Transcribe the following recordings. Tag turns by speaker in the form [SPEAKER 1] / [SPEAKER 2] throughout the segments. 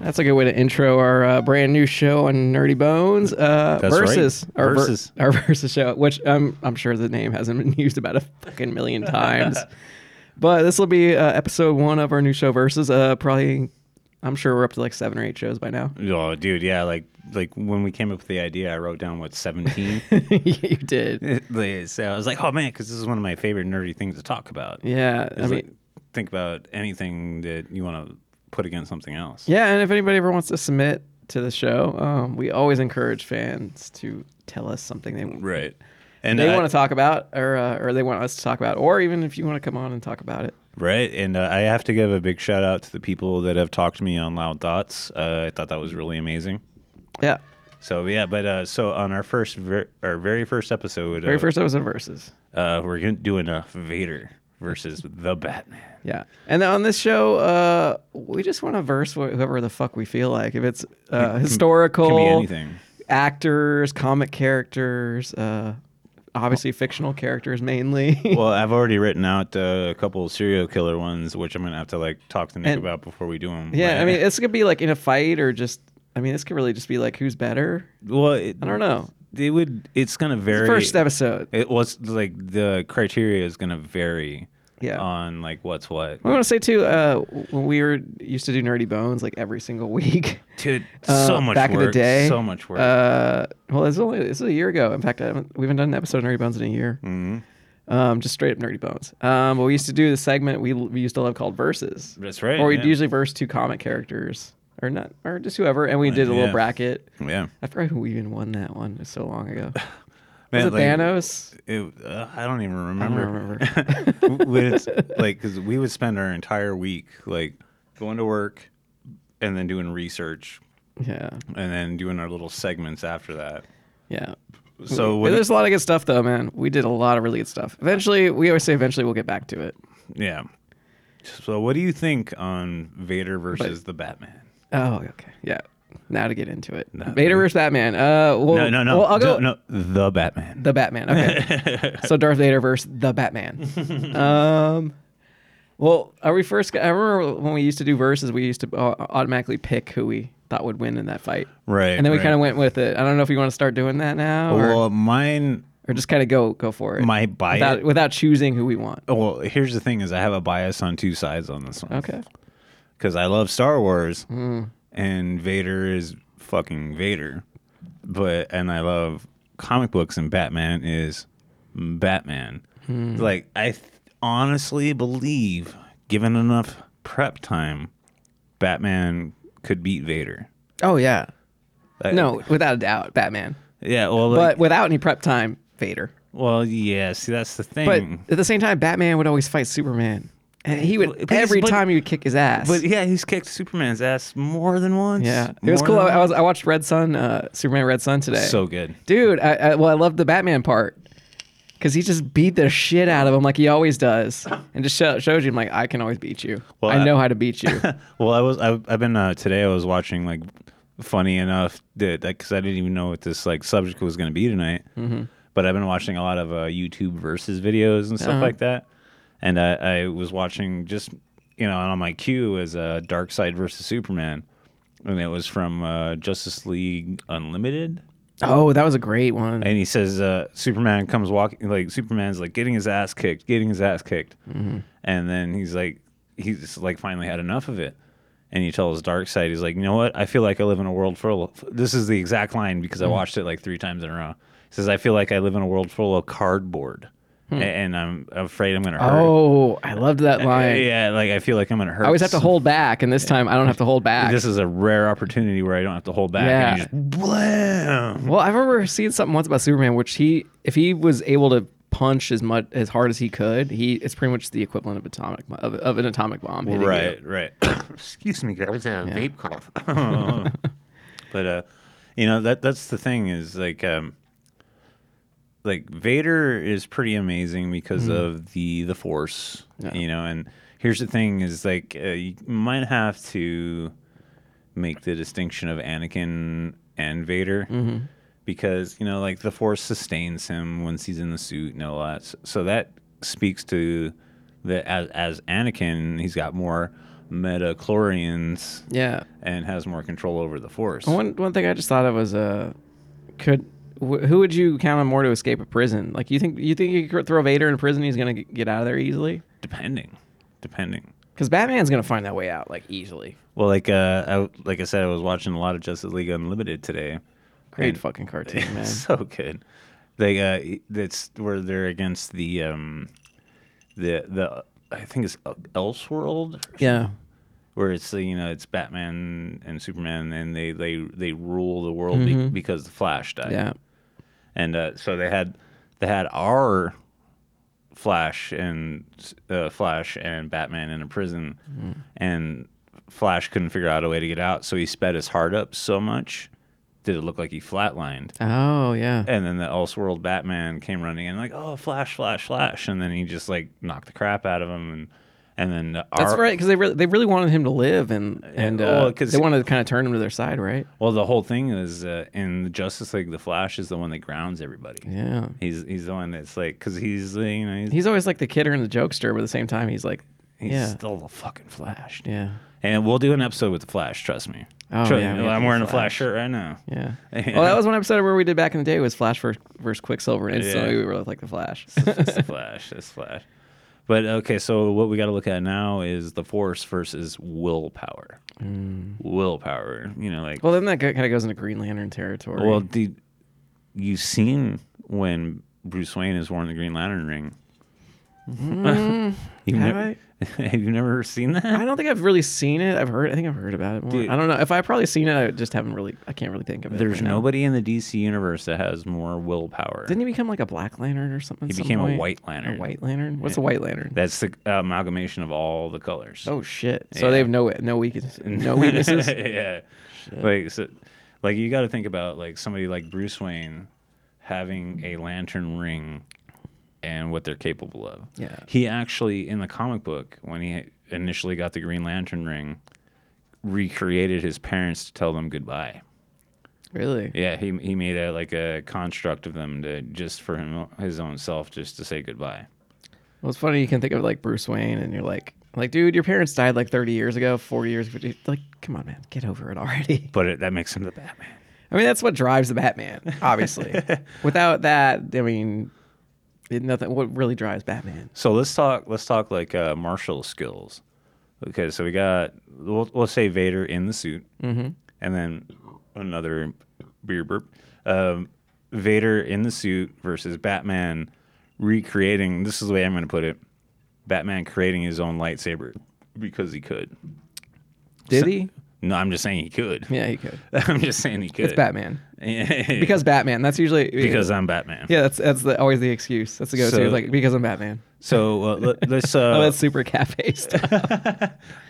[SPEAKER 1] That's a good way to intro our uh, brand new show on Nerdy Bones. Uh,
[SPEAKER 2] That's right.
[SPEAKER 1] versus our ver-
[SPEAKER 2] Versus.
[SPEAKER 1] our versus show, which I'm I'm sure the name hasn't been used about a fucking million times. but this will be uh, episode one of our new show versus. Uh, probably, I'm sure we're up to like seven or eight shows by now.
[SPEAKER 2] Oh, dude, yeah, like like when we came up with the idea, I wrote down what seventeen.
[SPEAKER 1] you did,
[SPEAKER 2] so I was like, oh man, because this is one of my favorite nerdy things to talk about.
[SPEAKER 1] yeah. I mean,
[SPEAKER 2] Is, like, think about anything that you want to put against something else.
[SPEAKER 1] yeah. And if anybody ever wants to submit to the show, um, we always encourage fans to tell us something they
[SPEAKER 2] Right. And
[SPEAKER 1] they
[SPEAKER 2] I-
[SPEAKER 1] want to talk about, or uh, or they want us to talk about, or even if you want to come on and talk about it.
[SPEAKER 2] Right, and uh, I have to give a big shout out to the people that have talked to me on Loud Thoughts. Uh, I thought that was
[SPEAKER 1] Mm-hmm.
[SPEAKER 2] really amazing.
[SPEAKER 1] Yeah,
[SPEAKER 2] So yeah, but uh, so on our first, ver- our very first episode,
[SPEAKER 1] very
[SPEAKER 2] uh,
[SPEAKER 1] first episode versus.
[SPEAKER 2] uh, we're gonna- doing a Vader versus the Batman.
[SPEAKER 1] Yeah, and then on this show, uh, we just want to verse wh- whoever the fuck we feel like. If it's uh, historical,
[SPEAKER 2] Can be anything.
[SPEAKER 1] actors, comic characters, uh, obviously fictional characters mainly.
[SPEAKER 2] Well, I've already written out uh, a couple serial killer ones, which I'm gonna have to like talk to Nick
[SPEAKER 1] And-
[SPEAKER 2] about before we do them.
[SPEAKER 1] yeah, I mean, it's gonna be like in a fight or just. I mean, this could really just be like who's better.
[SPEAKER 2] well, it,
[SPEAKER 1] I don't know.
[SPEAKER 2] It would. It's gonna vary.
[SPEAKER 1] First episode.
[SPEAKER 2] It was like the criteria is gonna vary.
[SPEAKER 1] Yeah.
[SPEAKER 2] On like what's what.
[SPEAKER 1] I want to say too, uh, when we were used to do Nerdy Bones like every single week.
[SPEAKER 2] Dude,
[SPEAKER 1] uh,
[SPEAKER 2] so much
[SPEAKER 1] back
[SPEAKER 2] work.
[SPEAKER 1] in the day.
[SPEAKER 2] So much work.
[SPEAKER 1] Uh, well, this is only this is a year ago. In fact, I haven't, we haven't done an episode of Nerdy Bones in a year. Mm-hmm. Um, just straight up Nerdy Bones. Um, but we used to do the segment we, we used to love called Verses.
[SPEAKER 2] That's right,
[SPEAKER 1] Or we'd
[SPEAKER 2] yeah.
[SPEAKER 1] usually verse two comic characters or not or just whoever, and we did a
[SPEAKER 2] yeah.
[SPEAKER 1] little bracket.
[SPEAKER 2] yeah.
[SPEAKER 1] I forgot who even won that one. It was so long ago. was
[SPEAKER 2] Man,
[SPEAKER 1] it
[SPEAKER 2] like,
[SPEAKER 1] Thanos?
[SPEAKER 2] it- uh, I don't even
[SPEAKER 1] I don't
[SPEAKER 2] remember.
[SPEAKER 1] remember.
[SPEAKER 2] With, like, because we would spend our entire week like going to work and then doing research
[SPEAKER 1] yeah,
[SPEAKER 2] and then doing our little segments after that.
[SPEAKER 1] yeah.
[SPEAKER 2] So
[SPEAKER 1] Yeah,
[SPEAKER 2] when,
[SPEAKER 1] there's a lot of good stuff though, man. We did a lot of really good stuff. Eventually, we always say eventually we'll get back to it.
[SPEAKER 2] yeah. So what do you think on Vader versus the Batman?
[SPEAKER 1] Oh, okay. Yeah. Now to get into it.
[SPEAKER 2] No.
[SPEAKER 1] Vader versus Batman. Uh, well,
[SPEAKER 2] No, no, no.
[SPEAKER 1] Well, I'll go
[SPEAKER 2] no, no, the Batman.
[SPEAKER 1] the Batman. Okay. so Darth Vader versus the Batman. um, well, are we first? I remember when we used to do verses, we used to au- automatically pick who we thought would win in that fight.
[SPEAKER 2] Right,
[SPEAKER 1] And then we
[SPEAKER 2] right.
[SPEAKER 1] kind of went with it. I don't know if you want to start doing that now, or,
[SPEAKER 2] Well, mine,
[SPEAKER 1] or just kind of go go for it.
[SPEAKER 2] my bias.
[SPEAKER 1] without without choosing who we want.
[SPEAKER 2] well, here's the thing: is I have a bias on two sides on this one.
[SPEAKER 1] Okay.
[SPEAKER 2] because I love Star Wars,
[SPEAKER 1] Mm.
[SPEAKER 2] and Vader is fucking Vader. But and I love comic books, and Batman is Batman.
[SPEAKER 1] Hmm.
[SPEAKER 2] Like I th- honestly believe, given enough prep time, Batman could beat Vader.
[SPEAKER 1] Oh yeah.
[SPEAKER 2] Like-
[SPEAKER 1] No, without a doubt, Batman.
[SPEAKER 2] yeah, well, like,
[SPEAKER 1] But without any prep time, Vader.
[SPEAKER 2] well, yeah. See, that's the
[SPEAKER 1] But
[SPEAKER 2] thing.
[SPEAKER 1] at the same time, Batman would always fight Superman, and he would
[SPEAKER 2] But- but-
[SPEAKER 1] every
[SPEAKER 2] but-
[SPEAKER 1] time he would kick his ass.
[SPEAKER 2] But, yeah, he's kicked Superman's ass more than once.
[SPEAKER 1] yeah, it was
[SPEAKER 2] More
[SPEAKER 1] cool.
[SPEAKER 2] than
[SPEAKER 1] I was I watched Red Sun, uh, Superman Red Sun today.
[SPEAKER 2] once. so good.
[SPEAKER 1] dude, I, I, well, I love the Batman part because he just beat the shit out of him like he always does, and just show, shows you like I can always beat you.
[SPEAKER 2] Well, uh,
[SPEAKER 1] I
[SPEAKER 2] I-
[SPEAKER 1] know how to beat you.
[SPEAKER 2] Well, I was I've, I've been uh, today. I was watching like funny enough that because I didn't even know what this like subject was going to be tonight. Mm-hmm. But I've been watching a lot of uh, YouTube versus videos and stuff like that. And I, I was watching just you know and on my queue was uh, Dark Side versus Superman, and it was from uh, Justice League Unlimited.
[SPEAKER 1] oh, that was a great one.
[SPEAKER 2] And he says uh, Superman comes walking like Superman's like getting his ass kicked, getting his ass kicked,
[SPEAKER 1] Mm-hmm.
[SPEAKER 2] and then he's like he's like finally had enough of it. And he tells Darkseid, he's like, you know what? I feel like I live in a world full. Of, this is the exact line because
[SPEAKER 1] Mm-hmm.
[SPEAKER 2] I watched it like three times in a row. He says, I feel like I live in a world full of cardboard, a- and I'm afraid I'm gonna hurt.
[SPEAKER 1] Hmm. Oh, I loved that line.
[SPEAKER 2] yeah, like I feel like I'm gonna hurt.
[SPEAKER 1] I always have to
[SPEAKER 2] some-
[SPEAKER 1] hold back, and this time I don't have to hold back.
[SPEAKER 2] This is a rare opportunity where I don't have to hold back. And
[SPEAKER 1] Yeah.
[SPEAKER 2] you just blam.
[SPEAKER 1] Well, I remember seeing something once about Superman, which he, if he was able to punch as much as hard as he could, he it's pretty much the equivalent of atomic bo- of, of an atomic bomb. hitting you.
[SPEAKER 2] Right, right. Excuse me, guys.
[SPEAKER 3] That was a vape cough.
[SPEAKER 2] But uh, you know that that's the thing is like um, like Vader is pretty amazing because of the the Force, you know. And here's the thing is like uh, you might have to make the distinction of Anakin and Vader. Because you know, like the Force sustains him once he's in the suit and all that. So that speaks to that as as Anakin, he's got more metachlorians
[SPEAKER 1] Yeah.
[SPEAKER 2] and has more control over the force.
[SPEAKER 1] One one thing I just thought of was uh, could wh- who would you count on more to escape a prison? Like you think you think you could throw Vader in prison, he's gonna g- get out of there easily?
[SPEAKER 2] Depending, depending.
[SPEAKER 1] Because Batman's gonna find that way out like easily.
[SPEAKER 2] Well, like uh, I, like I said, I was watching a lot of Justice League Unlimited today.
[SPEAKER 1] Great
[SPEAKER 2] And-
[SPEAKER 1] fucking cartoon, man.
[SPEAKER 2] so good. They uh, that's where they're against the um, the the I think it's Elseworld,
[SPEAKER 1] Yeah.
[SPEAKER 2] where it's uh, you know it's Batman and Superman, and they they they rule the world be- because the Flash died.
[SPEAKER 1] Yeah.
[SPEAKER 2] and uh, so they had they had our Flash and uh, Flash and Batman in a prison,
[SPEAKER 1] Mm.
[SPEAKER 2] and Flash couldn't figure out a way to get out, so he sped his heart up so much did it look like he flatlined.
[SPEAKER 1] Oh yeah.
[SPEAKER 2] And then the Elseworld Batman came running in like, oh, Flash, Flash, Flash, and then he just like knocked the crap out of him, and and then our,
[SPEAKER 1] That's right, because they really they really wanted him to live and and uh,
[SPEAKER 2] well, 'cause-
[SPEAKER 1] they wanted to kind of turn him to their side, right?
[SPEAKER 2] Well, the whole thing is uh, in the Justice League, the Flash is the one that grounds everybody.
[SPEAKER 1] Yeah.
[SPEAKER 2] He's he's the one that's like, cause he's uh, you know he's
[SPEAKER 1] He's always like the kidder and the jokester, but at the same time, he's like,
[SPEAKER 2] He's
[SPEAKER 1] yeah,
[SPEAKER 2] still the fucking Flash.
[SPEAKER 1] yeah,
[SPEAKER 2] And we'll do an episode with the Flash, trust me.
[SPEAKER 1] Oh,
[SPEAKER 2] Trust-
[SPEAKER 1] yeah, we have to
[SPEAKER 2] I'm
[SPEAKER 1] do
[SPEAKER 2] wearing a
[SPEAKER 1] Flash.
[SPEAKER 2] Flash Oh, shirt right now.
[SPEAKER 1] yeah.
[SPEAKER 2] Yeah.
[SPEAKER 1] Well, that was one episode where we did back in the day was Flash versus, versus Quicksilver, and instantly
[SPEAKER 2] Yeah.
[SPEAKER 1] we were like the Flash.
[SPEAKER 2] It's the Flash. It's Flash. But okay, so what we got to look at now is the force versus willpower. Willpower. You know, like, Mm. well,
[SPEAKER 1] well, then that kind of goes into Green Lantern territory.
[SPEAKER 2] the, you've seen when Bruce Wayne is wearing the Green Lantern ring. you've
[SPEAKER 1] have
[SPEAKER 2] nev- Mm-hmm. have you never seen that?
[SPEAKER 1] I don't think I've really seen it. I've heard. I think I've heard about it more.
[SPEAKER 2] Dude.
[SPEAKER 1] I don't know if I probably seen it. I just haven't really. I can't really think of it.
[SPEAKER 2] There's
[SPEAKER 1] right now.
[SPEAKER 2] nobody in the DC universe that has more willpower.
[SPEAKER 1] Didn't he become like a Black Lantern or something?
[SPEAKER 2] he became a White Lantern.
[SPEAKER 1] Lantern. A White Lantern. What's a White Lantern?
[SPEAKER 2] That's the amalgamation of all the colors.
[SPEAKER 1] Oh shit! So
[SPEAKER 2] Yeah.
[SPEAKER 1] they have no no weaknesses. No weaknesses.
[SPEAKER 2] yeah. Like so, like you got to think about like somebody like Bruce Wayne having a lantern ring and what they're capable of.
[SPEAKER 1] Yeah.
[SPEAKER 2] He actually in the comic book when he initially got the green lantern ring recreated his parents to tell them goodbye.
[SPEAKER 1] really?
[SPEAKER 2] Yeah, he he made a like a construct of them to just for him his own self just to say goodbye.
[SPEAKER 1] Well, it's funny you can think of like Bruce Wayne, and you're like, like, dude, your parents died like 30 years ago, 40 years ago. Dude, Like, come on, man, get over it already.
[SPEAKER 2] But it, that makes him the Batman.
[SPEAKER 1] I mean, that's what drives the Batman, obviously. Without that, I mean, it, nothing. What really drives Batman?
[SPEAKER 2] So let's talk. Let's talk like uh, martial skills. Okay, so we got we'll, we'll say Vader in the suit, mm-hmm. and then another beer burp. Um, Vader in the suit versus Batman recreating. This is the way I'm going to put it. Batman creating his own lightsaber because he could.
[SPEAKER 1] Did he?
[SPEAKER 2] No, I'm just saying he could.
[SPEAKER 1] Yeah, he could.
[SPEAKER 2] I'm just saying he could.
[SPEAKER 1] It's Batman
[SPEAKER 2] Batman
[SPEAKER 1] because Batman. That's usually
[SPEAKER 2] because I'm Batman.
[SPEAKER 1] yeah, that's that's the, always the excuse. That's the go-to.
[SPEAKER 2] So-
[SPEAKER 1] It's like because I'm Batman.
[SPEAKER 2] So uh, let, let's.
[SPEAKER 1] Oh,
[SPEAKER 2] Uh,
[SPEAKER 1] that's super cafe stuff.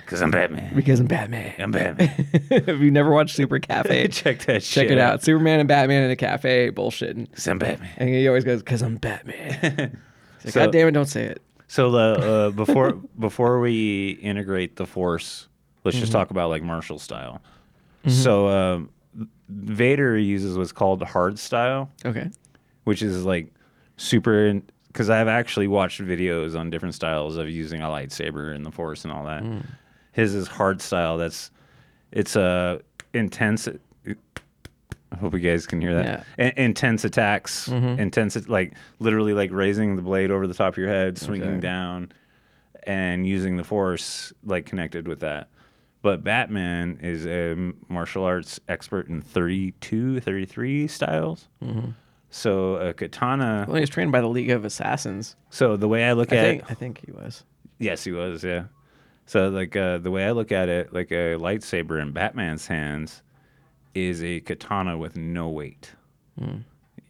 [SPEAKER 2] because I'm Batman.
[SPEAKER 1] because I'm Batman.
[SPEAKER 2] I'm Batman.
[SPEAKER 1] if you never watched Super Cafe, check,
[SPEAKER 2] Check that.
[SPEAKER 1] check it out. Superman and Batman in a cafe, bullshitting.
[SPEAKER 2] Because I'm Batman.
[SPEAKER 1] And he always goes, "Cause I'm Batman." It's like,
[SPEAKER 2] So-
[SPEAKER 1] God damn it, don't say it.
[SPEAKER 2] So uh, uh, before before we integrate the force, let's just talk about like martial style. So um, Vader uses what's called hard style,
[SPEAKER 1] Okay.
[SPEAKER 2] which is like super. Because I've actually watched videos on different styles of using a lightsaber and the force and all that. His is hard style. That's it's a intense. I hope you guys can hear that. In- intense attacks, intense like literally like raising the blade over the top of your head, swinging
[SPEAKER 1] Okay.
[SPEAKER 2] down, and using the force like connected with that. But Batman is a martial arts expert in 32, 33 styles.
[SPEAKER 1] Mm-hmm.
[SPEAKER 2] So a katana.
[SPEAKER 1] Well, he was trained by the League of Assassins.
[SPEAKER 2] So the way I look
[SPEAKER 1] I
[SPEAKER 2] at
[SPEAKER 1] think. I think he was.
[SPEAKER 2] Yes, he was. Yeah. So like uh, the way I look at it, like a lightsaber in Batman's hands is a katana with no weight.
[SPEAKER 1] Mm.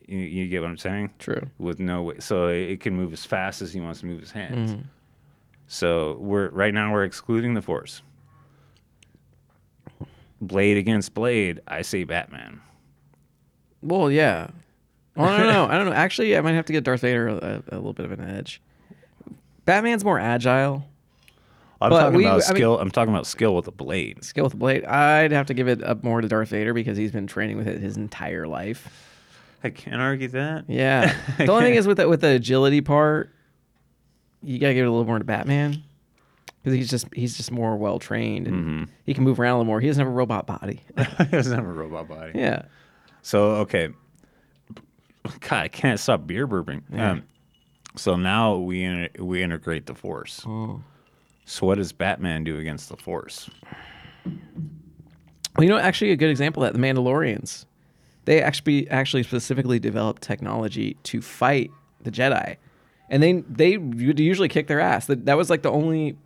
[SPEAKER 2] You, you get what I'm saying?
[SPEAKER 1] True.
[SPEAKER 2] With no weight, so it it can move as fast as he wants to move his hands.
[SPEAKER 1] Mm-hmm.
[SPEAKER 2] So we're right now we're excluding the force. Blade against blade, I say Batman.
[SPEAKER 1] Well, yeah. Well, I don't know. I don't know. Actually, I might have to get Darth Vader a, a little bit of an edge. Batman's more agile.
[SPEAKER 2] I'm
[SPEAKER 1] But
[SPEAKER 2] talking
[SPEAKER 1] we-
[SPEAKER 2] about
[SPEAKER 1] I mean-
[SPEAKER 2] skill. I'm talking about skill with a blade.
[SPEAKER 1] Skill with the blade. I'd have to give it up more to Darth Vader because he's been training with it his entire life.
[SPEAKER 2] I can't argue that.
[SPEAKER 1] Yeah. the only thing is with the, with the agility part, you gotta give it a little more to Batman. because he's just he's just more well trained and he can move around a little more. He doesn't have a robot body.
[SPEAKER 2] he doesn't have a robot body.
[SPEAKER 1] yeah,
[SPEAKER 2] So okay, God, I can't stop beer burping. Um, so now we in, we integrate the Force.
[SPEAKER 1] Oh.
[SPEAKER 2] So what does Batman do against the Force?
[SPEAKER 1] well, you know, actually, a good example of that the Mandalorians, they actually actually specifically developed technology to fight the Jedi, and they they would usually kick their ass. That that was like the only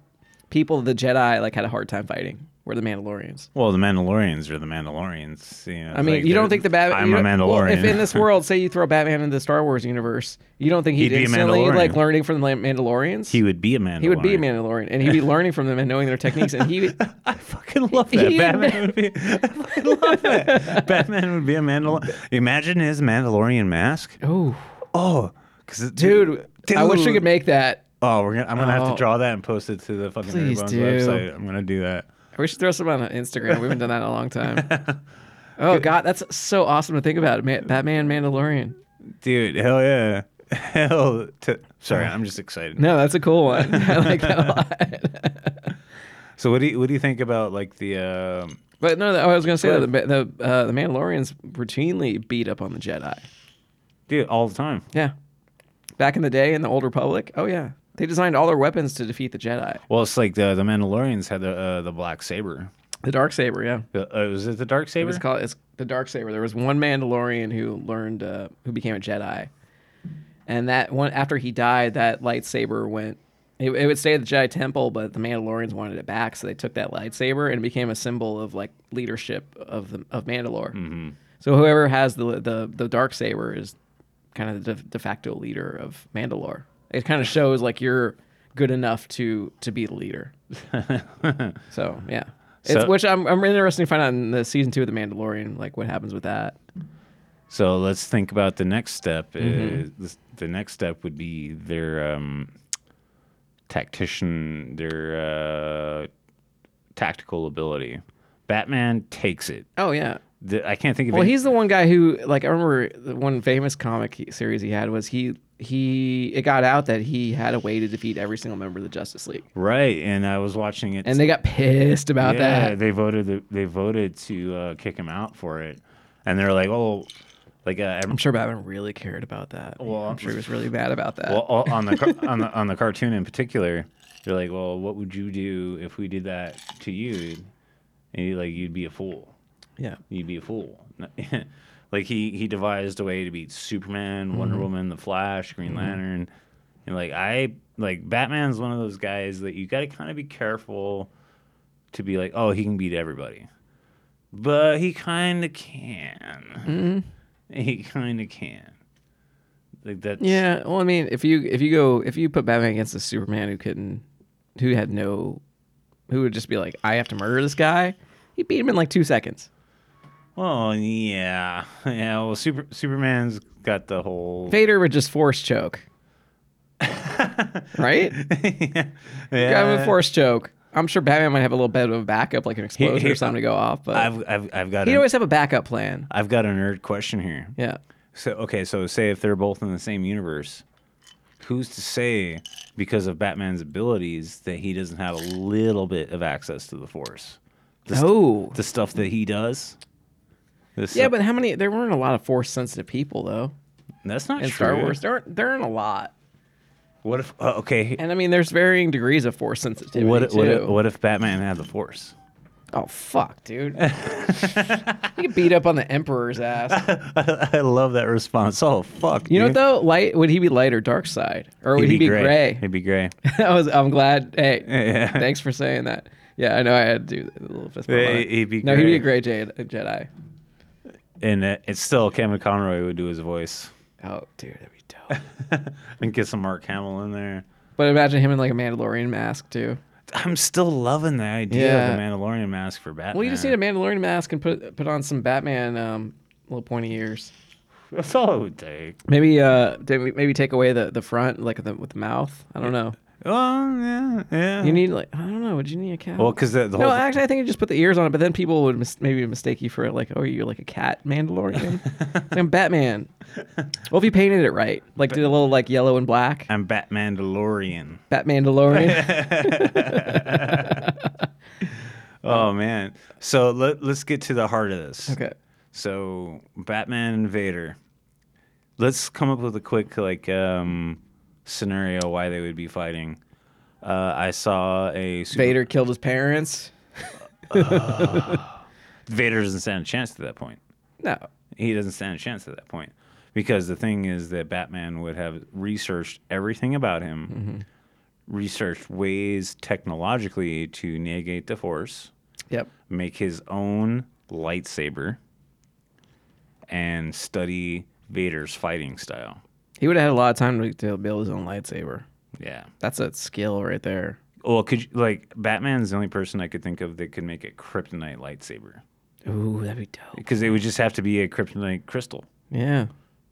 [SPEAKER 1] people the Jedi like had a hard time fighting were the Mandalorians.
[SPEAKER 2] Well, the Mandalorians are the Mandalorians. You know,
[SPEAKER 1] I mean,
[SPEAKER 2] like,
[SPEAKER 1] you don't
[SPEAKER 2] they're-
[SPEAKER 1] think the Batman?
[SPEAKER 2] I'm a Mandalorian.
[SPEAKER 1] if in this world, say you throw Batman into the Star Wars universe, you don't think he'd,
[SPEAKER 2] He'd be a
[SPEAKER 1] instantly
[SPEAKER 2] Mandalorian.
[SPEAKER 1] like learning from the Mandalorians?
[SPEAKER 2] he would be a Mandalorian.
[SPEAKER 1] He would be a Mandalorian, and he'd be learning from them and knowing their techniques. And he,
[SPEAKER 2] I fucking love that.
[SPEAKER 1] He-
[SPEAKER 2] Batman would be. I fucking love that. Batman would be a Mandalorian. Imagine his Mandalorian mask.
[SPEAKER 1] oh,
[SPEAKER 2] Oh, because
[SPEAKER 1] dude, I wish we could make that.
[SPEAKER 2] Oh, we're gonna. I'm gonna have
[SPEAKER 1] Oh.
[SPEAKER 2] to draw that and post it to the fucking Nerdy
[SPEAKER 1] Please
[SPEAKER 2] Bones
[SPEAKER 1] do.
[SPEAKER 2] website. I'm gonna do that.
[SPEAKER 1] We should throw some on Instagram. We haven't done that in a long time. Oh God, that's so awesome to think about. Man, Batman, Mandalorian.
[SPEAKER 2] Dude, hell yeah. Hell. To, sorry, I'm just excited.
[SPEAKER 1] No, that's a cool one. I like that a lot.
[SPEAKER 2] So, what do you what do you think about like the? Um,
[SPEAKER 1] But no, I was gonna say that the the, uh, the Mandalorians routinely beat up on the Jedi.
[SPEAKER 2] dude, all the time.
[SPEAKER 1] Yeah, back in the day in the Old Republic. Oh yeah, they designed all their weapons to defeat the Jedi.
[SPEAKER 2] Well, it's like the the Mandalorians had the uh, the black saber.
[SPEAKER 1] The dark saber. Yeah.
[SPEAKER 2] The, uh, was it the dark saber?
[SPEAKER 1] It was called it's the dark saber. There was one Mandalorian who learned uh, who became a Jedi, and that one after he died, that lightsaber went. It, it would stay at the Jedi Temple, but the Mandalorians wanted it back, so they took that lightsaber and it became a symbol of like leadership of the of Mandalore. So whoever has the the the dark saber is kind of the de, de facto leader of Mandalore. It kind of shows like you're good enough to to be the leader. So yeah, it's,
[SPEAKER 2] So-
[SPEAKER 1] which I'm I'm interested to find out in the season two of the Mandalorian, like what happens with that.
[SPEAKER 2] So let's think about the next step. Is,
[SPEAKER 1] Mm-hmm.
[SPEAKER 2] this- the next step would be their um, tactician, their uh, tactical ability. Batman takes it.
[SPEAKER 1] Oh yeah.
[SPEAKER 2] The, I can't think of
[SPEAKER 1] Well,
[SPEAKER 2] any-
[SPEAKER 1] he's the one guy who like I remember the one famous comic he- series he had was he he it got out that he had a way to defeat every single member of the Justice League,
[SPEAKER 2] right. And I was watching it.
[SPEAKER 1] and they got pissed about
[SPEAKER 2] yeah,
[SPEAKER 1] that.
[SPEAKER 2] they voted. They voted to uh, kick him out for it, and they're like, "Oh, like uh,
[SPEAKER 1] I'm sure Batman really cared about that.
[SPEAKER 2] Well,
[SPEAKER 1] I'm sure he was really mad about that.
[SPEAKER 2] well, all- on the car- on the on the cartoon in particular, they're like, "Well, what would you do if we did that to you?" And you like, "You'd be a fool.
[SPEAKER 1] yeah.
[SPEAKER 2] You'd be a fool." like he he devised a way to beat Superman, Wonder Woman, The Flash, Green Lantern, and like I like Batman's one of those guys that you got to kind of be careful to be like, "Oh, he can beat everybody," but he kind of can. He kind of can. Like that's
[SPEAKER 1] Yeah, well, I mean, if you if you go if you put Batman against a Superman who couldn't, who had no, who would just be like, I have to murder this guy, he beat him in like two seconds.
[SPEAKER 2] Well, yeah, yeah. Well, Super Superman's got the whole.
[SPEAKER 1] Vader would just force choke, right?
[SPEAKER 2] yeah, Uh,
[SPEAKER 1] I'm a force choke. I'm sure Batman might have a little bit of a backup, like an explosion or something to go off, but
[SPEAKER 2] I've I've I've got
[SPEAKER 1] he'd
[SPEAKER 2] an,
[SPEAKER 1] always have a backup plan.
[SPEAKER 2] I've got a nerd question here.
[SPEAKER 1] Yeah,
[SPEAKER 2] So okay, so say if they're both in the same universe, who's to say because of Batman's abilities that he doesn't have a little bit of access to the Force? The, st-
[SPEAKER 1] no,
[SPEAKER 2] the stuff that he does. The
[SPEAKER 1] yeah,
[SPEAKER 2] stuff-
[SPEAKER 1] but how many? There weren't a lot of force sensitive people though
[SPEAKER 2] that's not
[SPEAKER 1] in
[SPEAKER 2] true.
[SPEAKER 1] Star Wars. There aren't, there aren't a lot,
[SPEAKER 2] What if uh, okay?
[SPEAKER 1] and I mean, there's varying degrees of force sensitivity
[SPEAKER 2] What if-
[SPEAKER 1] too.
[SPEAKER 2] what if, what if Batman had the Force?
[SPEAKER 1] Oh fuck, dude! you could beat up on the emperor's ass.
[SPEAKER 2] I love that response. Oh fuck!
[SPEAKER 1] You know
[SPEAKER 2] dude.
[SPEAKER 1] what though? Light would he be light or dark side, or would
[SPEAKER 2] He'd
[SPEAKER 1] he be gray?
[SPEAKER 2] He'd be gray.
[SPEAKER 1] I was. I'm glad. Hey,
[SPEAKER 2] Yeah.
[SPEAKER 1] thanks for saying that. Yeah, I know I had to do a little fist bump
[SPEAKER 2] Yeah,
[SPEAKER 1] on it.
[SPEAKER 2] he'd be
[SPEAKER 1] no, he'd be a gray Jedi. Jedi.
[SPEAKER 2] and uh, it's still Kevin Conroy would do his voice
[SPEAKER 1] Oh, dude, that'd be dope.
[SPEAKER 2] and get some Mark Hamill in there.
[SPEAKER 1] but imagine him in like a Mandalorian mask too.
[SPEAKER 2] I'm still loving the idea
[SPEAKER 1] Yeah.
[SPEAKER 2] of the Mandalorian mask for Batman.
[SPEAKER 1] Well, you just need a Mandalorian mask and put put on some Batman um, little pointy ears.
[SPEAKER 2] That's all it would take.
[SPEAKER 1] Maybe uh, maybe take away the the front like the, with the mouth. I don't know.
[SPEAKER 2] Oh yeah, yeah.
[SPEAKER 1] You need like I don't know. Would you need a cat?
[SPEAKER 2] well, because the, the
[SPEAKER 1] no,
[SPEAKER 2] whole
[SPEAKER 1] actually, I think you just put the ears on it, but then people would mis- maybe mistake you for like, oh, you're like a cat Mandalorian. It's like, I'm Batman. Well, if you painted it right, like did a little like yellow and black,
[SPEAKER 2] I'm Batman Mandalorian.
[SPEAKER 1] Bat Mandalorian.
[SPEAKER 2] Oh man. So let let's get to the heart of this.
[SPEAKER 1] okay.
[SPEAKER 2] So Batman and Vader. Let's come up with a quick like um, scenario why they would be fighting. Uh, I saw a super-
[SPEAKER 1] Vader killed his parents.
[SPEAKER 2] Vader doesn't stand a chance at that point.
[SPEAKER 1] No.
[SPEAKER 2] He doesn't stand a chance at that point because the thing is that Batman would have researched everything about him,
[SPEAKER 1] Mm-hmm.
[SPEAKER 2] researched ways technologically to negate the Force,
[SPEAKER 1] Yep.
[SPEAKER 2] make his own lightsaber, and study Vader's fighting style.
[SPEAKER 1] He would have had a lot of time to, to build his own lightsaber.
[SPEAKER 2] Yeah.
[SPEAKER 1] That's a skill right there.
[SPEAKER 2] Well, could you, like Batman's the only person I could think of that could make a kryptonite lightsaber
[SPEAKER 1] Ooh, that'd be dope.
[SPEAKER 2] because it would just have to be a kryptonite crystal
[SPEAKER 1] Yeah.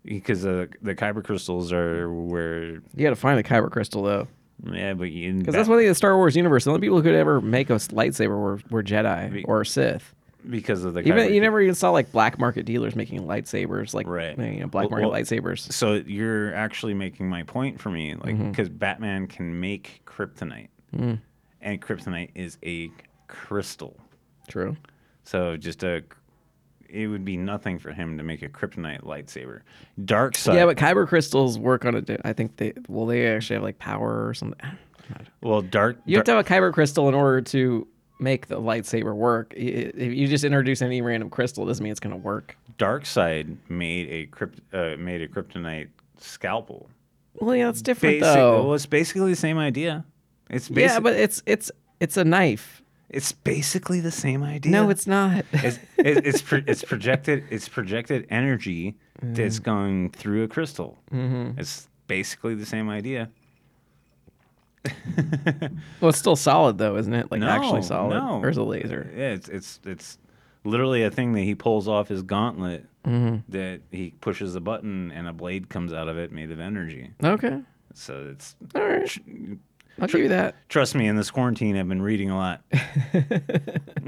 [SPEAKER 2] because the the kyber crystals are where
[SPEAKER 1] You got to find the kyber crystal though,
[SPEAKER 2] yeah, but you
[SPEAKER 1] because that's one thing. The Star Wars universe, the only people who could ever make a lightsaber were, were Jedi or Sith.
[SPEAKER 2] because of the
[SPEAKER 1] Even
[SPEAKER 2] kyber-
[SPEAKER 1] you never even saw like black market dealers making lightsabers, like
[SPEAKER 2] Right.
[SPEAKER 1] you know, black
[SPEAKER 2] Well-
[SPEAKER 1] market
[SPEAKER 2] well-
[SPEAKER 1] lightsabers.
[SPEAKER 2] So you're actually making my point for me, like
[SPEAKER 1] Mm-hmm.
[SPEAKER 2] because Batman can make kryptonite,
[SPEAKER 1] Mm.
[SPEAKER 2] and kryptonite is a crystal.
[SPEAKER 1] True.
[SPEAKER 2] So just a, it would be nothing for him to make a kryptonite lightsaber. Dark side.
[SPEAKER 1] yeah, but kyber crystals work on a. Di- I think they well, they actually have like power or something.
[SPEAKER 2] well, dark.
[SPEAKER 1] You have to have a kyber crystal in order to make the lightsaber work. I- i- If you just introduce any random crystal, it doesn't mean it's going to work.
[SPEAKER 2] dark side made a crypt uh, made a kryptonite scalpel.
[SPEAKER 1] Well, yeah, it's different
[SPEAKER 2] Basic,
[SPEAKER 1] though.
[SPEAKER 2] Well, it's basically the same idea. It's basic,
[SPEAKER 1] yeah, but it's it's it's a knife.
[SPEAKER 2] it's basically the same idea.
[SPEAKER 1] No, it's not.
[SPEAKER 2] it's it, it's, pro- it's projected it's projected energy
[SPEAKER 1] Mm.
[SPEAKER 2] that's going through a crystal.
[SPEAKER 1] Mm-hmm.
[SPEAKER 2] It's basically the same idea.
[SPEAKER 1] well, it's still solid though, isn't it? Like
[SPEAKER 2] No,
[SPEAKER 1] actually solid.
[SPEAKER 2] no.
[SPEAKER 1] There's a laser.
[SPEAKER 2] Yeah, it's it's it's literally a thing that he pulls off his gauntlet
[SPEAKER 1] Mm-hmm.
[SPEAKER 2] that he pushes a button and a blade comes out of it made of energy.
[SPEAKER 1] Okay.
[SPEAKER 2] So it's
[SPEAKER 1] All right. I'll give you that.
[SPEAKER 2] trust me, in this quarantine, I've been reading a lot.
[SPEAKER 1] God,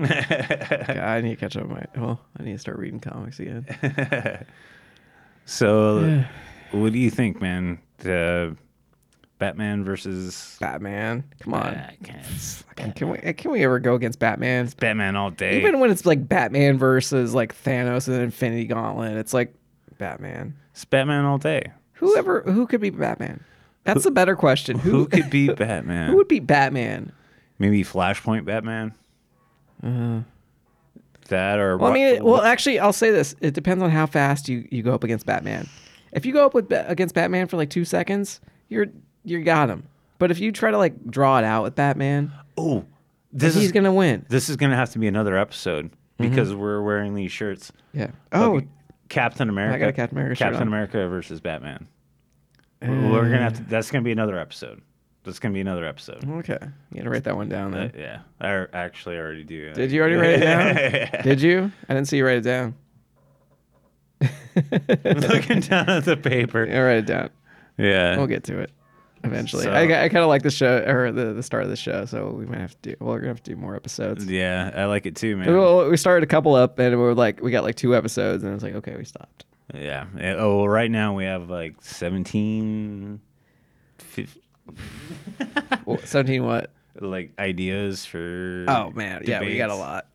[SPEAKER 1] I need to catch up. on My well, I need to start reading comics again.
[SPEAKER 2] So, what do you think, man? The Batman versus
[SPEAKER 1] Batman, come on.
[SPEAKER 2] Batman.
[SPEAKER 1] Can we can we ever go against Batman?
[SPEAKER 2] Batman all day.
[SPEAKER 1] Even when it's like Batman versus like Thanos and Infinity Gauntlet, it's like Batman.
[SPEAKER 2] It's Batman all day.
[SPEAKER 1] Whoever who could be Batman? That's a better question. Who
[SPEAKER 2] Who
[SPEAKER 1] who,
[SPEAKER 2] could be Batman?
[SPEAKER 1] would be Batman?
[SPEAKER 2] Maybe Flashpoint Batman. that or
[SPEAKER 1] Uh-huh. Well, I
[SPEAKER 2] Ro-
[SPEAKER 1] mean, it- well, actually, I'll say this: it depends on how fast you you go up against Batman. If you go up with Ba- against Batman for like two seconds, you're you got him. But if you try to like draw it out with Batman,
[SPEAKER 2] oh, this
[SPEAKER 1] he's
[SPEAKER 2] is
[SPEAKER 1] gonna Mm-hmm. win.
[SPEAKER 2] this is gonna have to be another episode because we're wearing these shirts.
[SPEAKER 1] Yeah. Oh,
[SPEAKER 2] Okay, Captain America.
[SPEAKER 1] got a Captain America shirt
[SPEAKER 2] Captain
[SPEAKER 1] on. Uh.
[SPEAKER 2] America versus Batman. we're gonna have to. That's gonna be another episode. That's gonna be another episode.
[SPEAKER 1] Okay. You gotta write that one down then.
[SPEAKER 2] Yeah, I ar- actually already do.
[SPEAKER 1] Did you already write it down? Did you? I didn't see you write it down.
[SPEAKER 2] Looking down at the paper.
[SPEAKER 1] I write it down.
[SPEAKER 2] Yeah.
[SPEAKER 1] We'll get to it eventually.
[SPEAKER 2] So-
[SPEAKER 1] I, I kind of like the show or the, the start of the show, so we might have to do. Well, we're gonna have to do more episodes.
[SPEAKER 2] Yeah, I like it too, man.
[SPEAKER 1] Well, we started a couple up, and we were like, we got like two episodes, and it's like, okay, we stopped.
[SPEAKER 2] Yeah. Eh, Oh, well, right now we have like 17, fif-
[SPEAKER 1] Well, Seventeen what?
[SPEAKER 2] like ideas for.
[SPEAKER 1] Oh man, yeah, we got a
[SPEAKER 2] debates.
[SPEAKER 1] lot.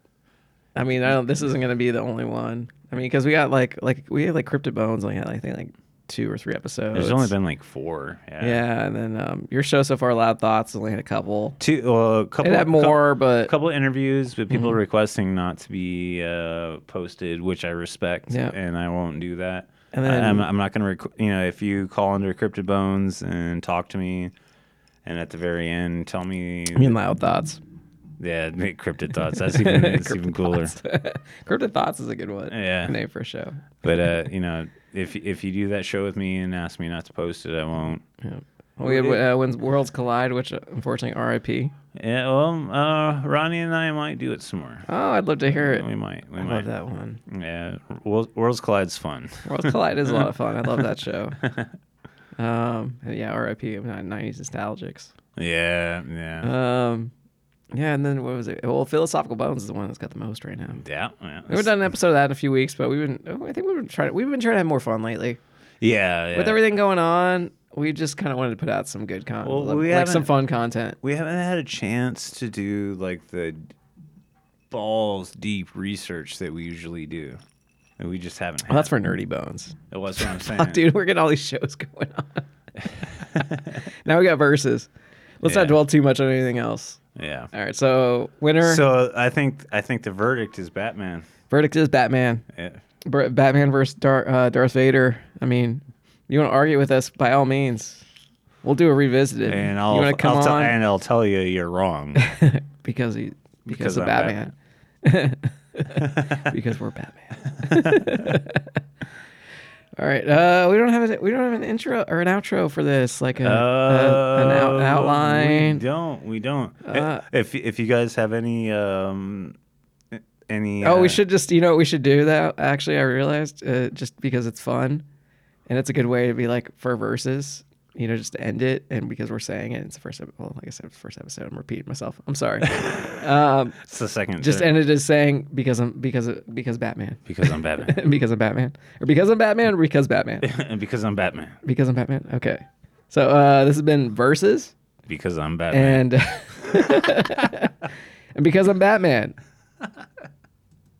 [SPEAKER 1] I mean, I don't. This isn't gonna be the only one. I mean, because we got like like we had like Cryptid Bones only had I think like two or three episodes.
[SPEAKER 2] There's only been like four. Yeah.
[SPEAKER 1] yeah, and then um, your show so far, Loud Thoughts, only had a couple.
[SPEAKER 2] Two, well, a couple,
[SPEAKER 1] It had
[SPEAKER 2] couple,
[SPEAKER 1] more, Mm-hmm. but
[SPEAKER 2] couple interviews with people requesting not to be uh, posted, which I respect.
[SPEAKER 1] Yeah.
[SPEAKER 2] And I won't do that.
[SPEAKER 1] And
[SPEAKER 2] And
[SPEAKER 1] then-
[SPEAKER 2] then, I'm, I'm not going to, rec- you know, if you call under Cryptid Bones and talk to me and at the very end tell me,
[SPEAKER 1] I mean, Loud Thoughts.
[SPEAKER 2] yeah, Cryptid Thoughts. That's even, that's even cooler.
[SPEAKER 1] Cryptid Thoughts is a good one.
[SPEAKER 2] Yeah.
[SPEAKER 1] Name for a show.
[SPEAKER 2] But uh, you know, if if you do that show with me and ask me not to post it, I won't.
[SPEAKER 1] We had uh, when worlds collide, which uh, unfortunately R.I.P.
[SPEAKER 2] Yeah, well, uh, Ronnie and I might do it some more.
[SPEAKER 1] Oh, I'd love to hear it.
[SPEAKER 2] We might. Mm, We
[SPEAKER 1] I
[SPEAKER 2] might.
[SPEAKER 1] love that one.
[SPEAKER 2] Yeah, World, Worlds Collide's fun.
[SPEAKER 1] Worlds collide is a lot of fun. I love that show. Um, and yeah, R.I.P. I'm not 90s nostalgics.
[SPEAKER 2] Yeah, yeah,
[SPEAKER 1] Um, yeah, and then what was it? Well, Philosophical Bones is the one that's got the most right now.
[SPEAKER 2] yeah. yeah.
[SPEAKER 1] We've done an episode of that in a few weeks, but we've been oh, I think we've been trying we've been trying to have more fun lately.
[SPEAKER 2] yeah, yeah.
[SPEAKER 1] With everything going on, we just kind of wanted to put out some good content,
[SPEAKER 2] Well,
[SPEAKER 1] like,
[SPEAKER 2] we
[SPEAKER 1] like some
[SPEAKER 2] haven't-
[SPEAKER 1] fun content.
[SPEAKER 2] we haven't had a chance to do like the balls deep research that we usually do. And we just haven't.
[SPEAKER 1] Well,
[SPEAKER 2] Had.
[SPEAKER 1] that's for nerdy bones,
[SPEAKER 2] Well, that's what I'm saying.
[SPEAKER 1] dude. We're getting all these shows going on. now we got verses. Let's
[SPEAKER 2] Yeah.
[SPEAKER 1] not dwell too much on anything else.
[SPEAKER 2] Yeah.
[SPEAKER 1] All right, so winner
[SPEAKER 2] So I think I think the verdict is Batman.
[SPEAKER 1] verdict is Batman.
[SPEAKER 2] Yeah.
[SPEAKER 1] Br- Batman versus Dar- uh, Darth Vader. I mean, you want to argue with us by all means. We'll do a revisited.
[SPEAKER 2] And
[SPEAKER 1] you
[SPEAKER 2] I'll,
[SPEAKER 1] want to come
[SPEAKER 2] I'll tell-
[SPEAKER 1] on
[SPEAKER 2] and I'll tell you you're wrong.
[SPEAKER 1] because he because,
[SPEAKER 2] Because
[SPEAKER 1] of
[SPEAKER 2] I'm
[SPEAKER 1] Batman. because we're Batman. all right. Uh, we don't have a, we don't have an intro or an outro for this like a, a- an, out, an
[SPEAKER 2] Uh,
[SPEAKER 1] outline.
[SPEAKER 2] We don't. We don't.
[SPEAKER 1] Uh,
[SPEAKER 2] if if you guys have any um any
[SPEAKER 1] Oh, we
[SPEAKER 2] uh,
[SPEAKER 1] should just you know what we should do though. Actually, I realized uh, just because it's fun, and it's a good way to be like for verses. You know, just to end it, and because we're saying it, it's the first. ep- Well, like I said, first episode. I'm repeating myself. I'm sorry. um,
[SPEAKER 2] It's the second.
[SPEAKER 1] just
[SPEAKER 2] turn,
[SPEAKER 1] ended as saying because I'm because because Batman,
[SPEAKER 2] because I'm Batman.
[SPEAKER 1] because I'm Batman, or because I'm Batman, or because Batman,
[SPEAKER 2] And because I'm Batman.
[SPEAKER 1] because I'm Batman. Okay, so uh, this has been verses,
[SPEAKER 2] Because I'm Batman.
[SPEAKER 1] and and because I'm Batman.